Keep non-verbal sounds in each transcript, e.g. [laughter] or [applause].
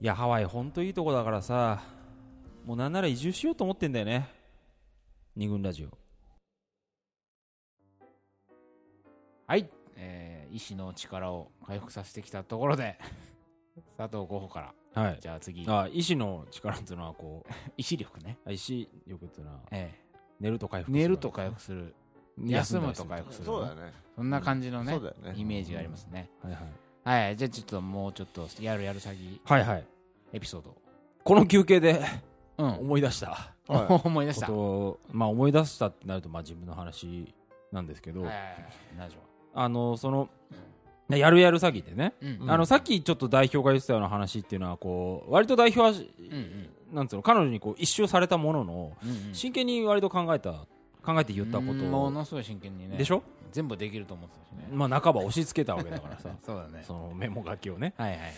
いやハワイほんといいとこだからさもうなんなら移住しようと思ってんだよね二軍ラジオはい、えー、医師の力を回復させてきたところ [laughs] で佐藤候補からはいじゃあ次あ医師の力っていうのはこ医師力ね、う意志力っていうのはえ寝ると回復するえ寝ると回復する休むと回復するそうだね。そんな感じのねそうだよねイメージがありますねはいはいはいじゃあちょっともうちょっとやるやる詐欺はいはいエピソードこの休憩でうん思い出したは思い出しこたとはいをまあ思い出したってなるとまあ自分の話なんですけど、はいはい何でしょあのそのねやるやる詐欺でね、ううんんあのさっきちょっと代表が言ってたような話っていうのはこう割と代表は、うんうんなんつうの彼女にこう一周されたものの、うんうん真剣に割と考えた考えて言ったこうんもとのすごい真剣にねでしょ、全部できると思ってたしねまあ半ば押し付けたわけだからさ [laughs] そうだねそのメモ書きをねはいはいはいは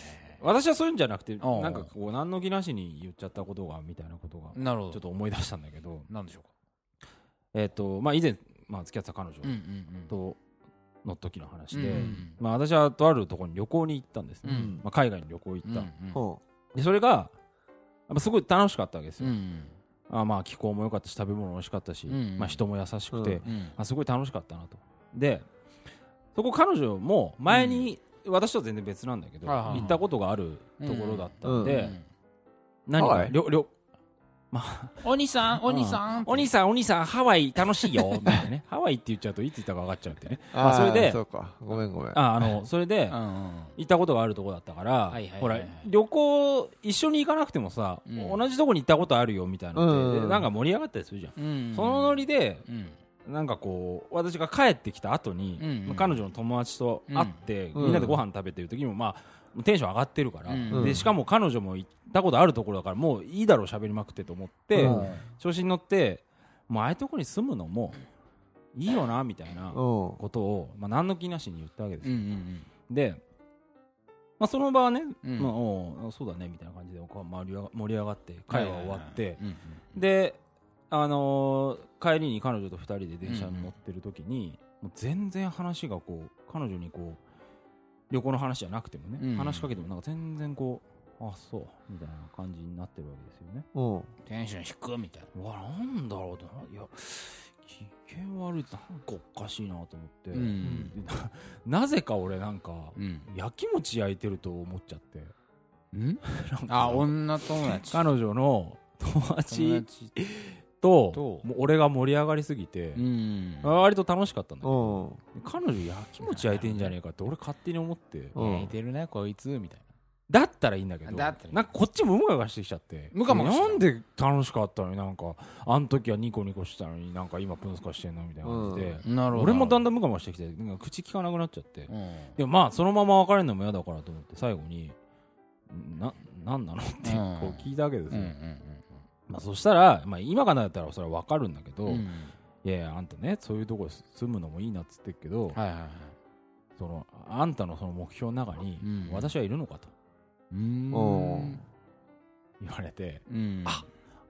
私はそういうんじゃなくておうなんかこう何の気なしに言っちゃったことがみたいなことがいなるほどちょっと思い出したんだけど、なんでしょうかえっとまあ、以前、まあ、付き合ってた彼女うんうんうんとの時の話うんで、うんうんまあ、私はとあるところに旅行に行ったんですね、うんまあ、海外に旅行行った、うんうんほでそれがやっぱすごい楽しかったわけですうよ、んあまあ気候も良かったし食べ物美味しかったし、うんうんまあ、人も優しくて、うんうんあすごい楽しかったなとでそこ彼女も前に、私とは全然別なんだけど、はいはいはい行ったことがあるところだったんで、うん何ハかワイりょりょお兄さんお兄さんお兄さんお兄さんハワイ楽しいよみたいなね [laughs] ハワイって言っちゃうといつ行ったか分かっちゃうってねう。まあそれでそうか。ごめんごめん。ああのそれでうんうん行ったことがあるとこだったから、はいはいはいほら旅行一緒に行かなくてもさ、うん同じとこに行ったことあるよみたいなのって、うんなんか盛り上がったりするじゃん、うんそのノリでうんなんかこう私が帰ってきた後に、うんうん彼女の友達と会って、うんみんなでご飯食べてる時にもまあテンション上がってるから、うんでしかも彼女も行ったことあるところだからもういいだろう喋りまくってと思って、うん調子に乗ってもうああいうとこに住むのもいいよなみたいなうん。ことを、まあ、何の気なしに言ったわけですうんうよ、んで、まあ、その場はね、うんまあ、おうそうだねみたいな感じでこう盛り上が盛り上がって会話終わって、うんうんで、あのー帰りに彼女と2人で電車に乗ってる時に、もう全然話がこう彼女にこう旅行の話じゃなくてもね、うん話しかけてもなんか全然こうあそうみたいな感じになってるわけですよね。うん。テンション低いみたいなうわなんだろうないや機嫌悪いってなんかおかしいなと思って、うんで [laughs] ななぜか俺なんか、うん焼き餅焼いてると思っちゃってうんなんかあ女友達彼女の友友達達とともう俺が盛り上がりすぎて、ん割と楽しかったんだけうどん。彼女焼き餅焼いてんじゃねえかって俺勝手に思ってうん似てるねこいつみたいだったらいいんだけどだったらいいなんかこっちもムカムカしてきちゃってムカムカしてなたんで楽しかったのになんかあの時はニコニコしてたのになんか今プンスカしてんのみたいな感じで、ななるほど俺もだんだだんムカムカしてきてなんか口聞かなくなっちゃって、うんでもまあそのまま別れるのも嫌だからと思って最後に「ななんなの?」ってうんこう聞いたわけですうんうよ、んまあ、そしたら、まあ、今からだったらそれは分かるんだけど、うんういんやいやあんたねそういうとこ住むのもいいなっつってっけど、はいはいはいそのあんたのその目標の中にうん私はいるのかとうーんうん言われて、うんあ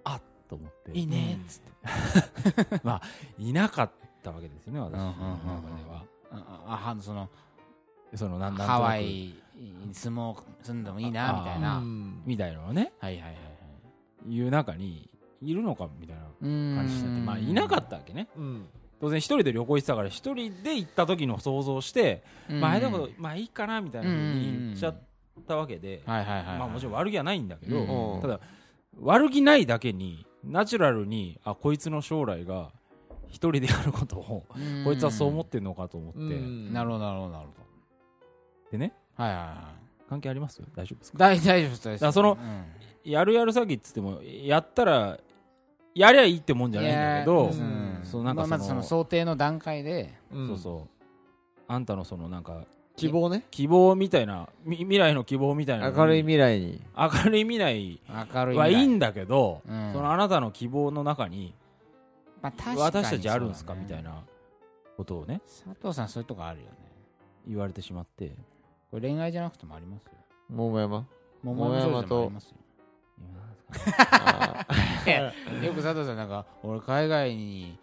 あっと思っていいねっつって [laughs] いなかったわけですよね私うんうのんう中んでは、ああはそのそのなんなんとなくハワイに住もう住んでもいいなあみたいうんなみたいなのはねはいはいはいはいいう中にいるのかみたいな感感じになってまあいなかったわけねうん。当然一人で旅行行ってたから一人で行った時の想像して、うんまああれだけどまあいいかなみたいなふうに言っちゃったわけで、はいはいはいはいまあもちろん悪気はないんだけど、うんただ悪気ないだけにナチュラルにあこいつの将来が一人でやることをうんこいつはそう思ってんのかと思って、うんなるほどなるほどなるほでねどはいはいはい関係あります大丈夫ですか大大丈夫です大丈夫でだすからそのうんやるやる詐欺っつってもやったらやりゃいいってもんじゃないんだけど、いやーーうんそうなんかまあまずそそのの想定の段階でうんそうそうあんたのそのなんか希望ね。希望みたいなみ未来の希望みたいなのに明るい未来に。明るい未来明るい未来はいいんだけど、うんそのあなたの希望の中にまあ確かに私たちあるんですか、そうみただねいなことをね佐藤さんそういうとこあるよね言われてしまってこれ恋愛じゃなくてもありますよ桃山。桃山少女でもありますよあよく佐藤さんなんか俺海外に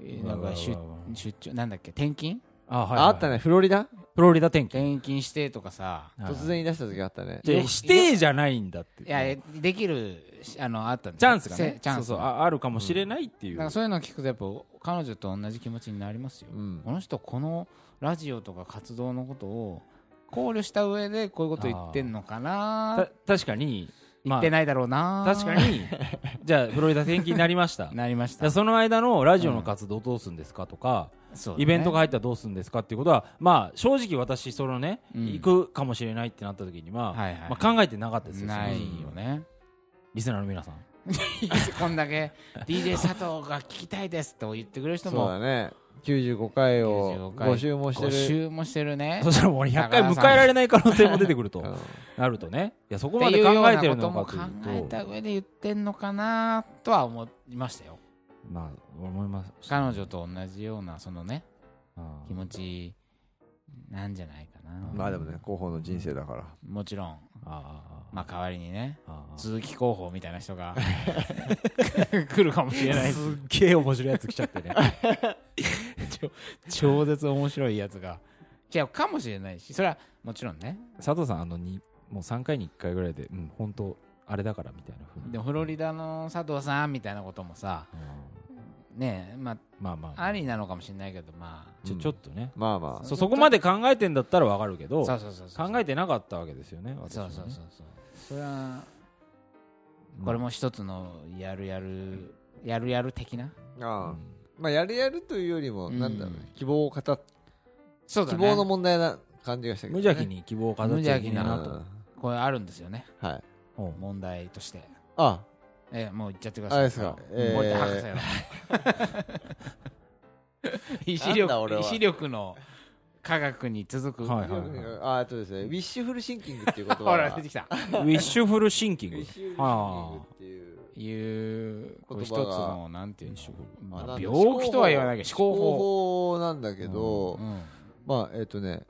えーなんか出うわうわうわうわ出張なんだっけ転勤あ、はいああったね。フロリダプロリダ転勤転勤してとかさはい突然言い出した時あったねでよしてじゃないんだっていやできるしあのあったんチャンスがねチャンスそうそうああるかもしれないっていだう、からそういうのを聞くとやっぱ彼女と同じ気持ちになりますよ、うんこの人このラジオとか活動のことを考慮した上でこういうこと言ってんのかなた確かに、言まってないだろうなあ、確か [laughs] にじゃあフロリダ転勤になりましたなりましじゃあたその間のラジオの活動どうするんですかとか、そうだねイベントが入ったらどうするんですかっていうことはまあ正直私そのね、うん行くかもしれないってなった時には、はいはいまあ、考えてなかったですよないその時よね [laughs] リスナーの皆さんこんだけ DJ 佐藤が聞きたいですと言ってくれる人そうもだね95回を95回5周もして募る集もしてるねそしたらもう100回迎えられない可能性も出てくる [laughs] とうんなるとねいやそこっまてでいう考ようえなてることのもかと考いえうとた上で言ってんのかなとは思いましたよまあ思います彼女と同じようなそのねあー気持ちなんじゃないかな、まあでもね広報の人生だからもちろんあーまあ代わりにねあー鈴木候補みたいな人が [laughs] 来るかもしれないしすっげえ面白いやつ来ちゃってね超絶面白いやつが違うかもしれないしそれはもちろんね [laughs] 佐藤さんあのにもう3回に1回ぐらいでうん本当あれだからみたいなふうにでもフロリダの佐藤さんみたいなこともさうんねえままあまああありなのかもしれないけどまあちょちょっとねまあまあそうそこまで考えてんだったらわかるけどそうそうそうそう考えてなかったわけですよね私そはうねそうそうそうそれはうんこれも一つのやるやるやるやる的なうああんまあやるやるというよりもうんなんだろうね希望を語っそうだ希ね望の問題な感じがしたけど無ね邪気に希望を飾っちゃいけ無な邪い気なととうんこれあるんですよねはいおう問題としてあえもう言っちゃってくださいあれですかえー森田博士の [laughs] 意志なんだ俺力意は志力の科学に続くはいはいはいああとですねウィッシュフルシンキングっていう言 [laughs] 葉ほがら出てきたウィッシュフルシンキンウィグッシュフルシンキングっていういうこう一つ言葉がのなんていうんでしょうあまなあんだ病気とは言わないけど思考思考法なんだけど、法うんまあえっ、とね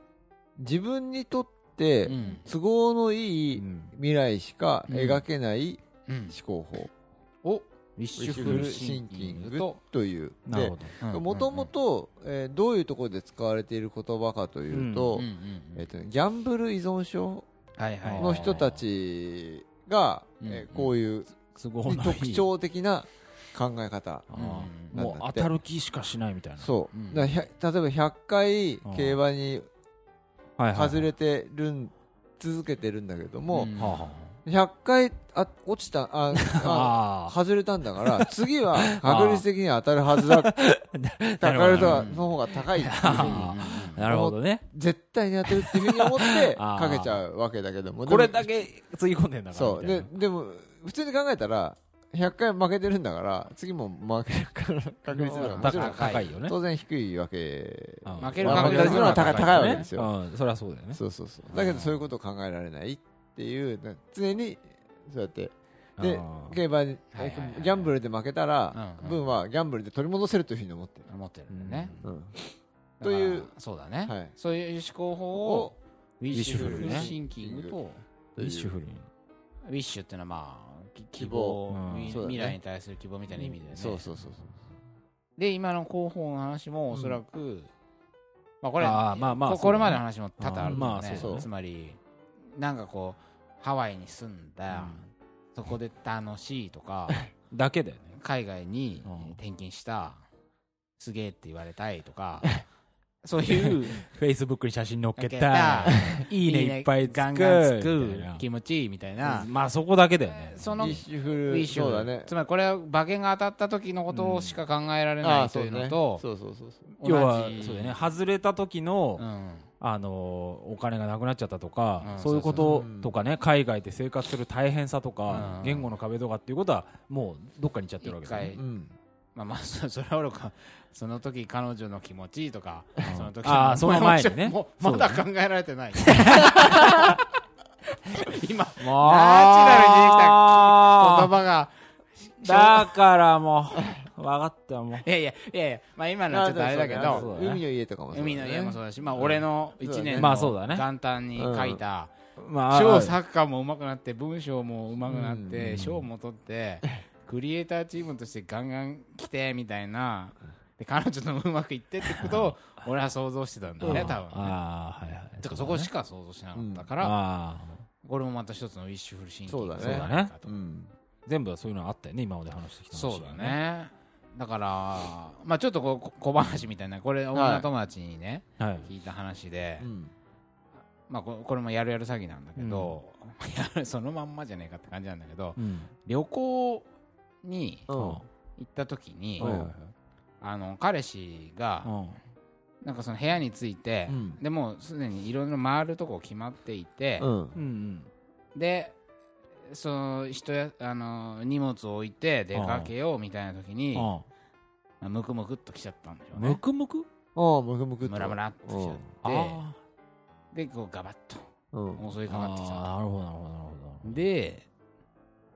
自分にとってうん都合のいいうん未来しかうん描けないうん思考法をウィッウィシッュシフュフルルシシンンキキンンググとというなるほどもともとどういうところで使われている言葉かというと,、えっとねギャンブル依存症はいはいはいの人たちが、うんえーこういう都合のいい特徴的な考え方あーうんもう当たる気しかしないみたいなそう、うんだからひゃ例えば100回うん競馬にはいはいはい外れてるん続けてるんだけども、うんはあは100回あ落 [laughs] ちたああああ外れたんだ [laughs] から次は確率的に当たるはずだな高るいほとどはの方が高いっていうふうにあーなるほどね絶対に当てるっていうふうに思って [laughs] あーかけちゃうわけだけどもこれでもだけつぎ込んでんだからそうみたいでなでも普通に考えたら100回負けてるんだから次も負けるから確率だからもちろん高い高いよね当然低いわけうん負けるまあ確率の方が高い負ける確率の方が高いわけですようんそれはそうだよねそうそうそうだけどそういうことを考えられないっていうな常にそうやってであー競馬にはいはいはいギャンブルで負けたらうんうん分はギャンブルで取り戻せるというふうに思ってる思ってるんだねうんだからというそうだね、はいそういう思考法ををウィッシュフウィッシュフルルねシンキングとウィッシュフルにウィッシュっていうのはまあき希希望望うん未そうだね未来に対する希望みたいな意味だよねそうそうそうで今の広報の話もおそらく、まあこれあーまあまあこそうこだねれまでの話も多々あるもんあーまねあそうだねつまりなんかこうハワイに住んだ、そこで楽しいとかだけだよね海外にうん転勤したすげえって言われたい [laughs] とかそういうフェイスブックに写真載 [laughs] っけ載ったたいいねいっぱいつくガンガンつみたいくな気持ちいいみたいなまあそこだけだよねそウィのッシュフウィッルシュそうだねつまりこれは馬券が当たった時のことしか考えられないとそいううねのとそうそうそうそう同じ要はそうだよね外れた時の、うんあのーお金がなくなっちゃったとか、うんそういうこそうとそうとかね海外で生活する大変さとか、うん言語の壁とかっていうことはもうどっかに行っちゃってるわ一けですね回うんまあまあ [laughs] そそれはおろかその時彼女の気持ちとかんその時 [laughs] あーその前にねもうまだそ考えられて [laughs] ない今ナチュ言ラ葉がにだからもう分かったもういやいやいやいやまあ今のはちょっとあれだけまあでもどそうそうだね海の家とかもそうだね海の家もそうだし、まあ、俺の1年まのあそうだね元旦に書いたま超サッカーも上手くなって文章も上手くなうってん賞も取ってクリエイターチームとしてガンガン来てみたいなで彼女ともうまくいってってことを俺は想像してたんだよね多分ねああはいはいてかそこしか想像しなかったかからああこれもまた一つのウィッシュフルシンキングそうだねじゃないかとうん全部はそういうのあったよね今まで話してきた話そうだねだからまあちょっとこう小小話みたいなこれ女友達にねはい聞いた話でうんまあここれもやるやる詐欺なんだけど [laughs] やるそのまんまじゃねえかって感じなんだけどうん旅行にう行んった時にはいはいはいあの彼氏がうんなんかその部屋について、うんでもうすでにいろいろ回るとこ決まっていて、うんうんうんでその人やあの荷物を置いて出かけようみたいな時にあまあムクムクっと来ちゃったんでしょあうむねくむくああムクムクっとムラムラっと来ちゃっあてでこうガバッとう [laughs] ん襲いあかかってきたなるほどなるほどなるほどで、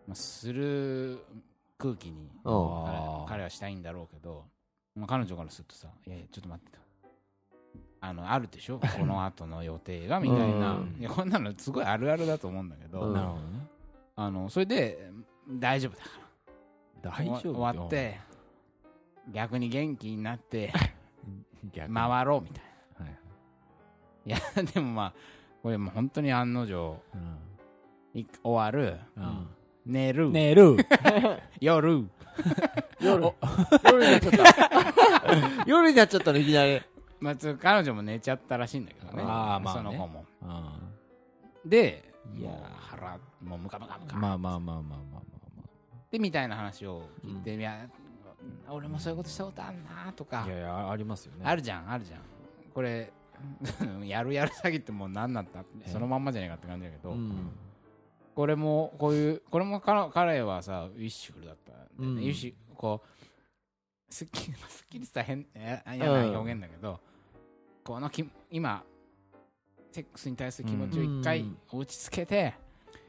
まあ、する空気にう彼んあー彼はしたいんだろうけど、まあ、彼女からするとさ「いやいやちょっと待ってと」あのあるで [laughs] しょこの後の予定がみたいな、うんいやこんなのすごいあるあるだと思うんだけど、うんなるほどねあのそれで大丈夫だか大ら丈夫終よわ終わって逆に元気になって逆には回ろうみたいいはいないやでもまあこれもう本当に案の定うんい終わるうん寝る、寝る夜夜夜になっちゃった夜になっちゃったのいきなりまあ、つ彼女も寝ちゃったらしいんだけどね。あーまあねその子も。あで、いやーもう腹、もうムカムカムあカ。まあまあまあまあまあまあまで、みたいな話を聞いて、いや、俺もそういうことしたことあるなとあかい、やいやありますよねあるじゃん、あるじゃん。これ、 [laughs] やるやる詐欺ってもう何なんだって、えそのまんまじゃねえかって感じだけど、うんこれも、こういう、これも彼彼はさ、ウィッシュフルだったんだよね。うんウィッシュ、こう、すっきり、すっきりした変、え嫌な表現だけど、このき今、セックスに対する気持ちを一回落ち着けて、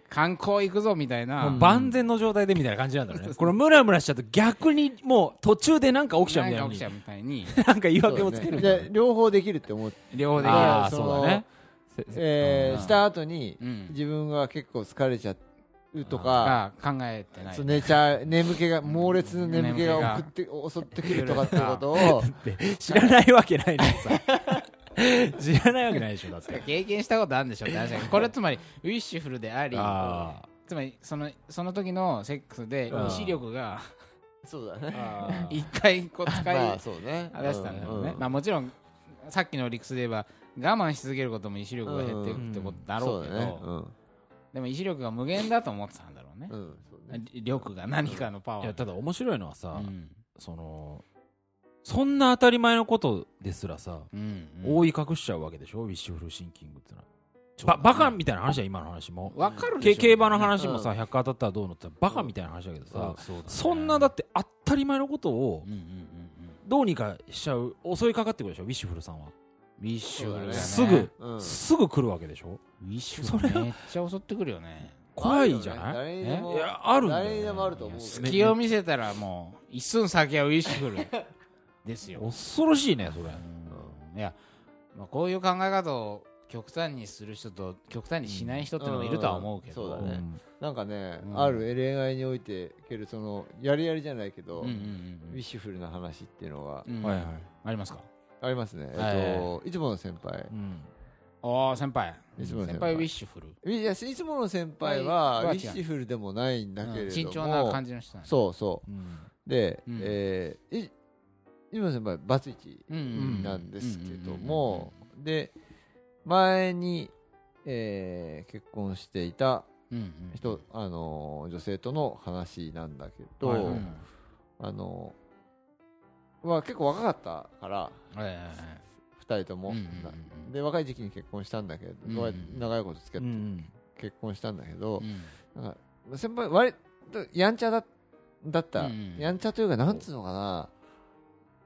観光行くぞみたいな、うん万全の状態でみたいな感じなんだろうねこれムラムラしちゃうと逆にもう途中でなんか起きちゃうみたいななんのかに起きちゃうみたいに、なんか言い訳をつけるみたいなで両方できるって思って両うでだねああそのそうだねせせえうーんした後にうん、自分が結構疲れちゃうとかが考えてないそう。寝ちゃう眠気が猛烈な眠気が送って襲ってくるとかってこ [laughs] とをうん知らないわけないのにさ知らないわけないでしょだって経験したことあるんでしょって [laughs] 話だけどこれはつまりウィッシュフルでありあつまりそのその時のセックスでうん意志力がそうだねあ [laughs] 一回こう使まあいそうね出したんだろうね、うんまあ、もちろんさっきの理屈で言えば我慢し続けることも意志力が減っていくってことだろうけど、そねうんでも意志力が無限だと思ってたんだろうねう、んそうね力が何かのパいワーやただ面白いのはさ、うんそのそんな当たり前のことですらさ、うん覆い隠しちゃうわけでしょウィッシュフルシンキングってのはばバカみたいな話だよ今の話もわかるでけしょ競馬の話もさ、100当たったらどうのってバカみたいな話だけどさ、そんなだっって当たり前のことをうんうんうんうんどうにかしちゃう襲いかかってくるでしょウィッシュフルさんは、ウィッシュフルだねすぐうんすぐ来るわけでしょウィッシュフルめっちゃ襲ってくるよね怖いじゃない誰にでもいやあるんだよ誰にでもあると思うけど隙を見せたらもう一寸先はウィッシュフルですよ、恐ろしいねそれうんいや、まあ、こういう考え方を極端にする人と極端にしない人ってのもいるとは思うけど、うんそうだうねんなんかねうんある恋愛においてけるそのやりやりじゃないけどうんウうんうんィッシュフルな話っていうのがうんはいはいありますかありますねえっといつもの先輩うんああ先輩いつもの先輩ウィッシュフルいやいつもの先輩はウはィ違うッシュフルでもないんだうんけれども慎重な感じの人なんだそうそうんうで、うんえーい今の先輩バツイチうんうんなんですけども、で前に、えー結婚していたうんうんうん人、あのー女性との話なんだけど、はいうんはいあのーまあ、結構若かったからはいはいはい2人とも、うんうんうんで若い時期に結婚したんだけど、うん長いこと付き合うって、ん結婚したんだけど、うんなんか先輩割とやんちゃだだった、うんやんちゃというかなんつうのかな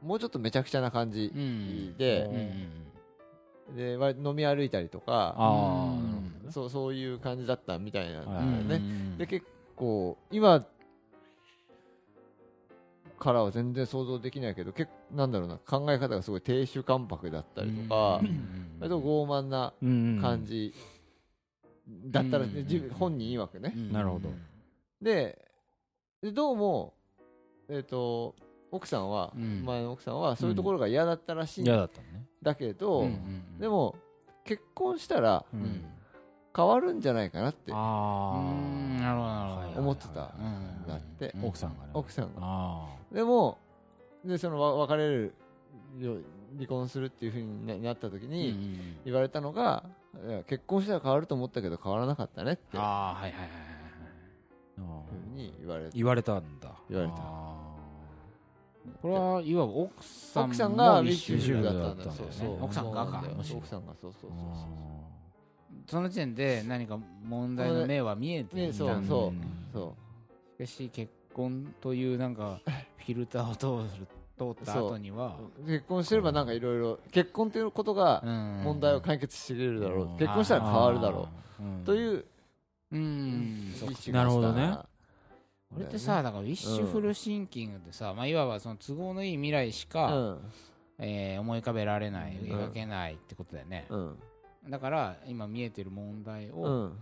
もうちょっとめちゃくちゃな感じうんうんでうんうんで割と飲み歩いたりとかあうあんなるほどねそうそういう感じだったみたいなんだよはいうんね、うんで結構今からは全然想像できないけど結なんだろうな考え方がすごい亭主関白だったりとかうんうん割と傲慢なうん感じだったら、うん自分本人曰くね、うんなるほどで、でどうも、えっ、と、奥さんは、うん前の奥さんはそういうところが嫌だったらしいん嫌だったのねだけうど、んうんで、も結婚したらううんん、変わるんじゃないかなってうあんなるほどなるほどはい思ってたうんんだってうあ奥さんがね奥さんがあでもでそのわ別れるよ離婚するっていうふうにななった時うんうんうにん言われたのが、いや結婚したら変わると思ったけど変わらなかったねっていうああはいはいはいーあふうーに言われて言われたんだ言われたあこれはいわば奥さんも奥さんが未未就就未就職職だだっったたんだんだよねそうそう奥さんがかそうなんだよむしろ奥さんがそうそうーそうそうその時点で何か問題の目は見えていたんねそうだんそううんそしかし結婚というなんかフィルターを通る通った後にはう結婚してればなんかいろいろ結婚ということが問問題を解決してくれるだろうんう結婚したら変わるだろうとういううんうん道がしたなるほどねこれってさだからウィッシュフルシンキングってさまあいわばその都合のいい未来しうかんえー思い浮かべられないうん描けないってことだよねうんだから今見えてる問題うをん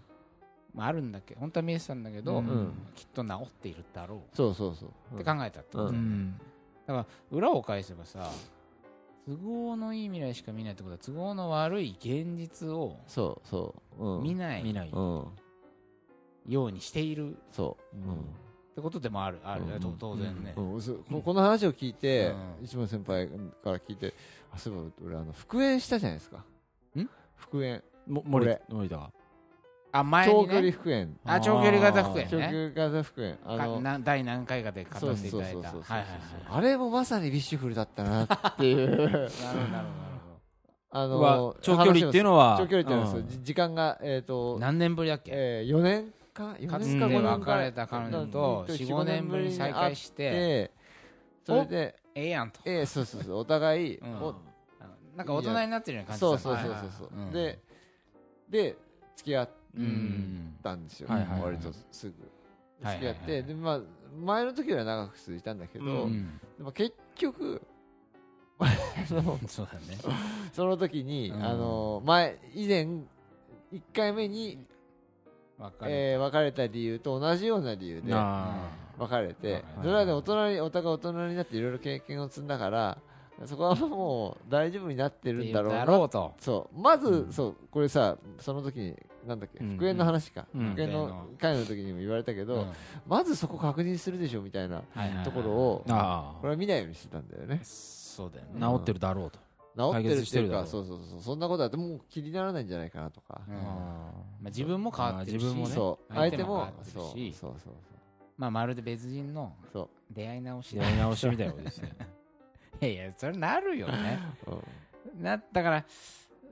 まああるんだけど本当は見えてたんだけうどんきっと治っているだろうそうそうそうっうてん考えたってことだようねん裏を返せばさ都合のいい未来しか見ないってことは都合の悪い現実をそうそううん見な見いないうんようにしているっそううんてことでもあるある、うんと当然ね、うん、そうここの話を聞いて、うん一門先輩から聞いて、あそういえば俺あの復縁したじゃないですか。ん復縁、も森俺森田があ前長に、距離ね、復縁、あ長距離型復縁長距ね離型復縁、あかの、な第何回かで語そうってそういただいそうそうたそうはいはいはいあれもまさにビッシュフルだった [laughs] なっていう、なるほどなるほどなるほあはの長距離っていうのは話を長距離っていうのは、んじ時間がえっ、どと、何年ぶりだっけえー、4年か4かつ年かて5年か別れた彼女とうん45年ぶりに再会してでそれで、ええやんと、えー、そうそうそうお互い、うんおあのなんか大人になってるような感じそうだそうそうそうそう、でで付き合っうん、うんたんですよ、はいはいはい割とすぐはい付き合って、はいはいでまあ前の時よりは長く続いたんだけど、ううんでも結局あのそうだねその時に、うんあの前以前1回目に、別れえー別れた理由と同じような理由でな別れて、はいそれはで大人にお互い大人になっていろいろ経験を積んだからそこはもう大丈夫になってるんだろうなうと。そうまず、うんそうこれさその時になんだっけうん復縁の話か、うん復縁の会の時にも言われたけど、まずそこ確認するでしょみたいなうんところを、ああこれは見ないようにしてたんだよねそうだよね。あ治ってるだろうと治っ解てる決っしてているうだろかうそうそうそうそんなことだってもう気にならないんじゃないかなとか、うんあまあ、自分も変わってるし、まあ自分もねそう相相手手もも変わってそうるしそうそうまあ、まるで別人のそう出会い直し [laughs] あやり直しみたいなことですねいやいや、それなるよ [laughs] ね。そう、うんなったから、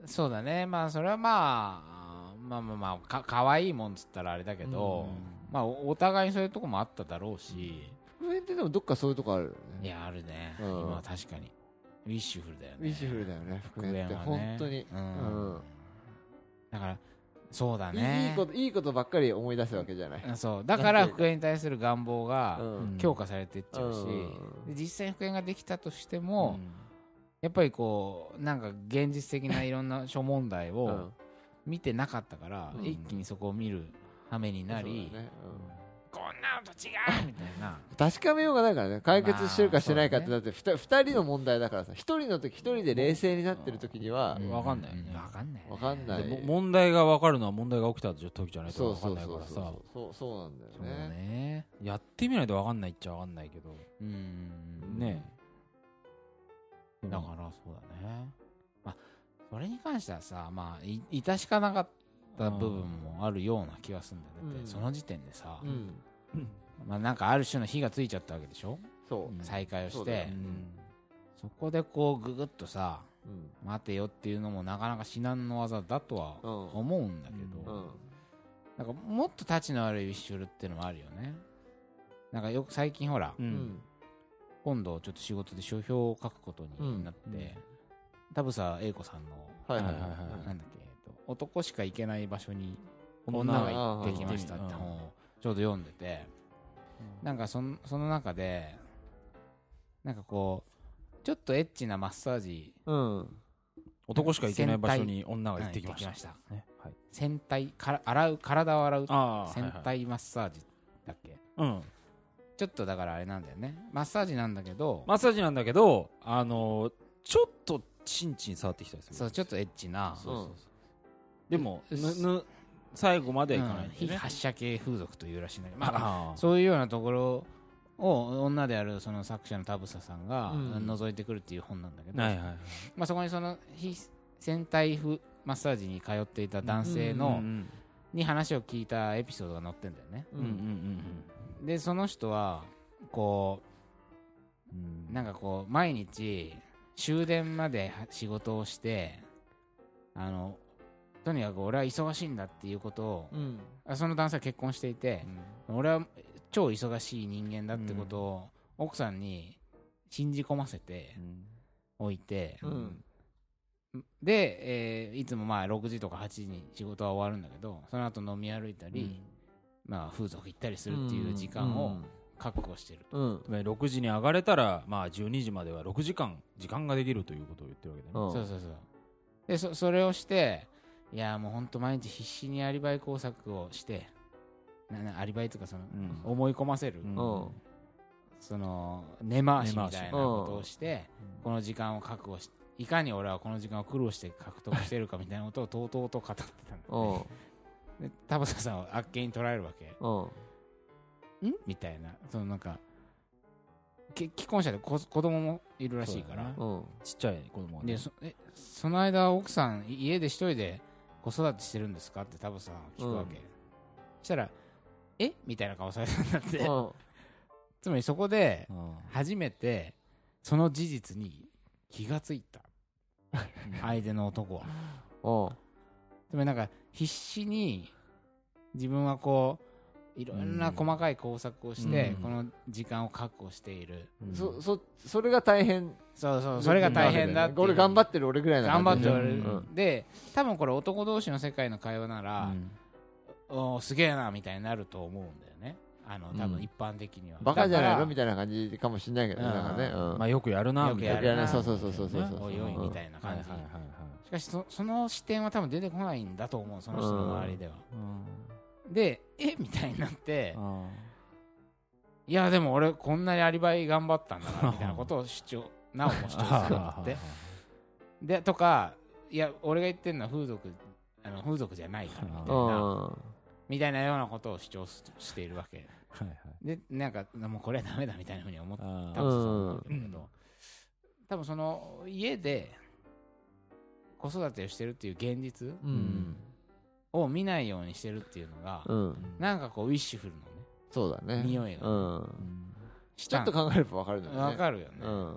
そうだね。まあ、それはまあ、まあまあまあ、か可愛いもんつったらあれだけど、まあ、おお互いにそういうとこもあっただろうし、復縁ってでもどっかそういうとこあるよいねや、あるね。うん今は確かに。ウィッシュフルだよね。ウィッシュフルだよね復復縁っ縁てはね本当に、うんうんだから、そうだいね。いいいこといいことばっかり思い出すわけじゃない、うんそうだから復縁に対する願望うがん強化されていっちゃうし、うで実際に復縁ができたとしても、やっぱりこうなんか現実的ないろん [laughs] な諸問題うをん見てなかったから、うん一気にそこを見る羽目になり、そうだねうんこんなのと違うみたいな確かめようがないからね解決してるかしてないかっまてあだってふた二人の問題だからさ一人の時一人で冷静になってる時にはうわかんないよねわかんないわかんないでも問題が分かるのは問題が起きた時じゃないとそ分うかそんうないそかうらそさうそうそうなんだそうよねねやってみないと分かんないっちゃ分かんないけどうんねえだからそうだねまあそれに関してはさまあい致しかなかった部分もあるような気がするんだよね、だってうんその時点でさ、うんまあ、なんかある種の火がついちゃったわけでしょ、そううん再会をそしうだてようそ,、んこでこうググッとさうん待てよっていうのもなかなか至難の技だとはうん思うんだけうど、んなんかもっとタチの悪いウィッシュルっていうのもあるよねなんかよく最近ほら、ううんん今度ちょっと仕事で書評を書くことになって、うんうん田房英子さんの、はいはいはいはいはいなんだっけ、えっと男しか行けない場所に女女がが行ってきましたってうん本をちょうど読んでて、なんかそのその中でなんかこうちょっとエッチなマッサージうん男しか行けない場所に女が行ってきましたはい行ってきましねはい洗体から洗う体を洗うああ洗はいはい体マッサージだっけ、うんちょっとだからあれなんだよねマッサージなんだけど、マッサージなんだけど、あのーちょっとチンチン触ってきたりする。そうちょっとエッチなそうそうでも、うぬっ、ぬ、最後までうはいんかないんで非ね。発射系風俗というらしいんだけど、まあ、まあ、そういうようなところを女であるその作者の田房さんがうん覗いてくるっていう本なんだけど、はいはいはい。まあ、そこにその非戦隊風マッサージに通っていた男性の、うんに話を聞いたエピソードが載ってんだよね。うんうんうんでその人はこうんうんうなんかこう毎日終電までは仕事をしてあのとにかく俺は忙しいんだっていうことをうんあその男性は結婚していて、俺は超忙しい人間だってことを奥さんに信じ込ませてうんおいて、うんで、えーいつもまあ6時とか8時に仕事は終わるんだけどその後飲み歩いたり、まあ、風俗行ったりするっていう時間を確保してるうんうんつまり6時に上がれたら、まあ、12時までは6時間時間ができるということを言ってるわけだね。そうそうそうでそそれをしていやもうほんと毎日必死にアリバイ工作をしてななアリバイとかその、うん思い込ませる、うんうんその根回し根みたいな回しことをして、うんこの時間を確保しいかに俺はこの時間を苦労して獲得してるかみたいなことをとうとうと語ってたのうんで田畑さんはあっけに捉えるわけうんんみたいなそのなんかけ既婚者で子子供もいるらしいから、そうだねうんちっちゃい子供がねでそえその間奥さんい家で一人で子育てしてるんですかって田畑さんは聞くわけ、うそしたら「えみたいな顔されたんだって、うんつまりそこでうんうん初めてその事実に気がついた相手の男はうんつまりなんか必死に自分はこういろんな細かい工作をして、うんこの時間を確保している、うんそそそれが大変そうそうそれが大変だっていう俺頑張ってる俺ぐらいな頑張感ってじおられる、うんで多分これ男同士の世界の会話なら、うんおーすげえなみたいになると思うんだよねあの多うん分一般的には、バカじゃないのみたたいな感じかもしれないけどねうんなんかねうんまあ、よくやるなよくみたいなやるなそうそうそうそうそうねそうおいおいみたいなはい感はいじ、はいはいしかしそその視点は多分出てこないんだと思うその人の周りでは、うんでえみたいになってあいやでも俺こんなにアリバイ頑張ったんだなみたいなことを主張なおも主張するんだあってでとかいや俺が言ってるのは風俗あの風俗じゃないからみたいなうんみたいなようなことを主張すしているわけはいはいでなんかもうこれはダメだみたいなふうに思ってあ多ー分そうなんだけど、多分その家で子育てをしてるっていう現実うんを見ないようにしてるっていうのが、うんなんかこうウィッシュフルのねそうだね匂いがうんちちょっと考えればわかるんだよねわかるよね、うん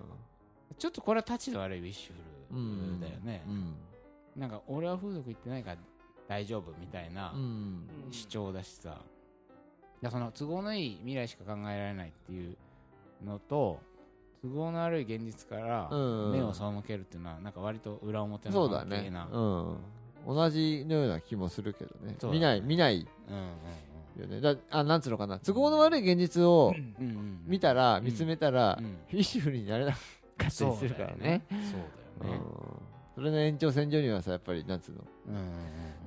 ちょっとこれは立ちの悪いウィッシュフルだよねう、んなんか俺は風俗行ってないから大丈夫みたいなうん主張だしさ、だからその都合のいい未来しか考えられないっていうのと都合の悪い現実からうん目を背けるっていうのはなんか割と裏表そのうだ関ね係なうん同じのような気もするけどねそうだね見ない見ないうんうんよねだあなんつうのかな都合の悪い現実をうんうんうん見たらうん見つめたらうんフィッシュフルになれなかったりすそうるだかよらねねそうだよねうんそれの延長線上にはさやっぱりなんつうのうんうんうん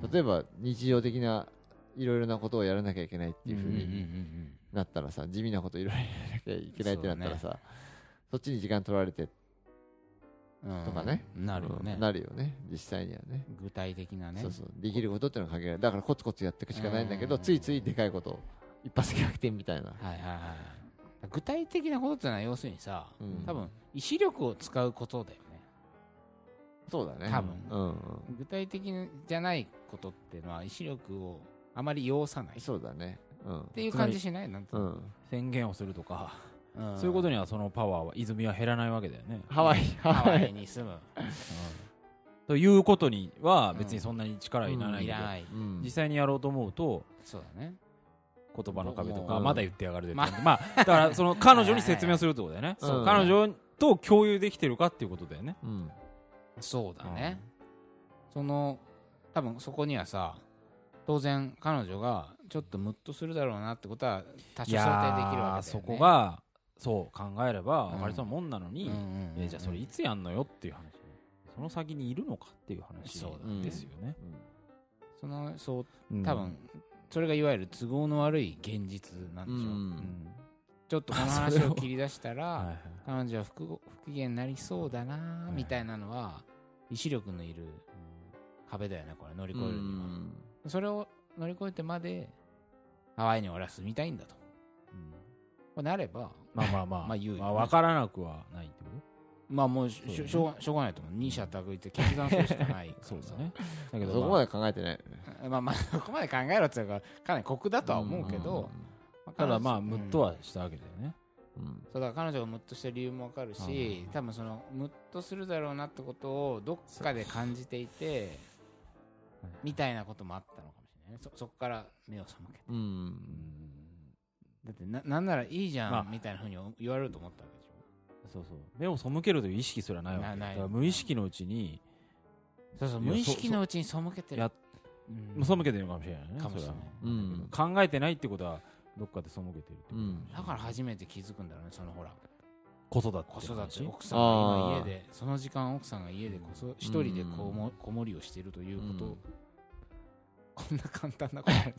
うん例えば日常的ないろいろなことをやらなきゃいけないっていうふううんうんうんうにんなったらさ、地味なこといろいろやらなきゃいけないってなったらさそ,、っちに時間取られてうんとかねなるよねうんなるよね実際にはね具体的なねそうそうできることってのは限られだからコツコツやっていくしかないんだけどうんついついでかいことを一発逆転みたいなはいはいはい具体的なことってのは要するにさ、うん多分意志力を使うことだよねそうだね多分うん、うん具体的じゃないことってのは意志力をあまり要さないっそうだねうんていう感じしないなんて、うん宣言をするとかうんそういうことにはそのパワーは泉は減らないわけだよね。ハワイハハワワイイに住むということには別にそんなに力はいらないいけどら [laughs] ないうん実際にやろうと思うとそうだね言葉の壁とかうんまだ言ってやがるでってまあだからその彼女に説明するってことだよね。はいはいそう彼女と共有できてるかっていうことだよね。うんそうだね、その多分そこにはさ当然彼女がちょっとムッとするだろうなってことは多い少想定できるやわーけだよねそこがそう考えれば分かりそうなもんなのうんにうんうんうんえじゃあそれいつやんのよっていう話その先にいるのかっていう話そうだねですよね。そのそううん多分、それがいわゆる都合の悪い現実なんうでしょう、うんんちょっとこの話を切り出したら、 [laughs] はいはい彼女は不ご不機嫌になりそうだな、いみたいなのは、意志力のいる壁だよね、これ、乗り越えるには。それを乗り越えてまで、ハワイに俺は住みたいんだと。これなれば、まあまあまあ [laughs] まあ言うよねまあ分からなくはないってこまあもうしそうだねしょうがしょうがないと思う。二者択一で決断するしかないからとさ [laughs] そうだねだけそどこままあで考えてない [laughs] まあまあ、そこまで考えろっていうか、かなり酷だとは思うけど、まあただまあ彼ム女ッとはしたわけだよねうんうんそうだから彼女がムッとした理由もわかるはいはいはしい多分そのムッとするだろうなってことをどっかで感じていてはいみたいなこともあったのかもしれないねそそこから目を背けてうんだってななんならいいじゃん、まあみたいなふうに言われると思ったわけでしそうそう目を背けるという意識すらないわなけだないから無意識のうちにょそうそういや無意識のうちに背けてるやっうんもう背けてるのかもしれないねかもしれないそうんうんれは考えてないってことはどっかで背けてるってことうんだから初めて気づくんだろうねそのほら子育て子育ての話奥さんがあ今ー家でその時間奥さんが家でこそ一人でこも子守りをしているということを、うんこんな簡単なことに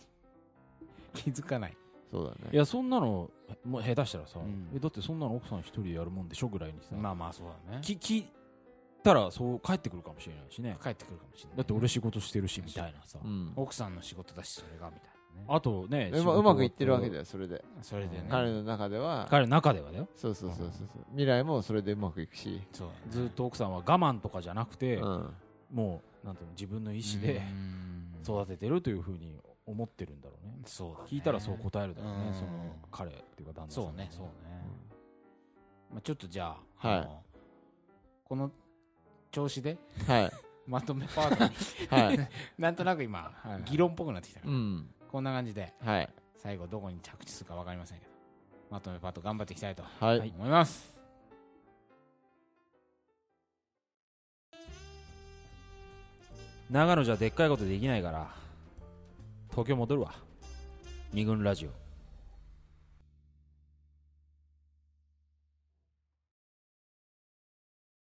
[laughs] 気づかないそうだいねやそんなのもう下手したらさ、うんえだってそんなの奥さん一人でやるもんでしょぐらいにさ、まあまあそうだねき聞いたらそう帰ってくるかもしれないしね帰ってくるかもしれないだって俺仕事してるしみたいなさ、うん奥さんの仕事だしそれがみたいなねあとねうまうまくいってるわけだよよそれでそれでね彼の中では彼の中ではだよそうそうそうそうそう未来もそれでうまくいくしそうだねずっと奥さんは我慢とかじゃなくて、うんもうなんていうの自分の意思でうん育ててるというふうに思ってるんだろうねそうだね聞いたらそう答えるだろうね、うんその彼っていうか旦那さんそはうねそうね、まあ、ちょっとじゃあ、はいあのこの調子ではいまとめパートに [laughs] はい [laughs] なんとなく今、はい議論っぽくなってきたから、うんこんな感じではい最後どこに着地するか分かりませんけどまとめパート頑張っていきたいとはい思います、長野じゃでっかいことできないから東京戻るわ二軍ラジオ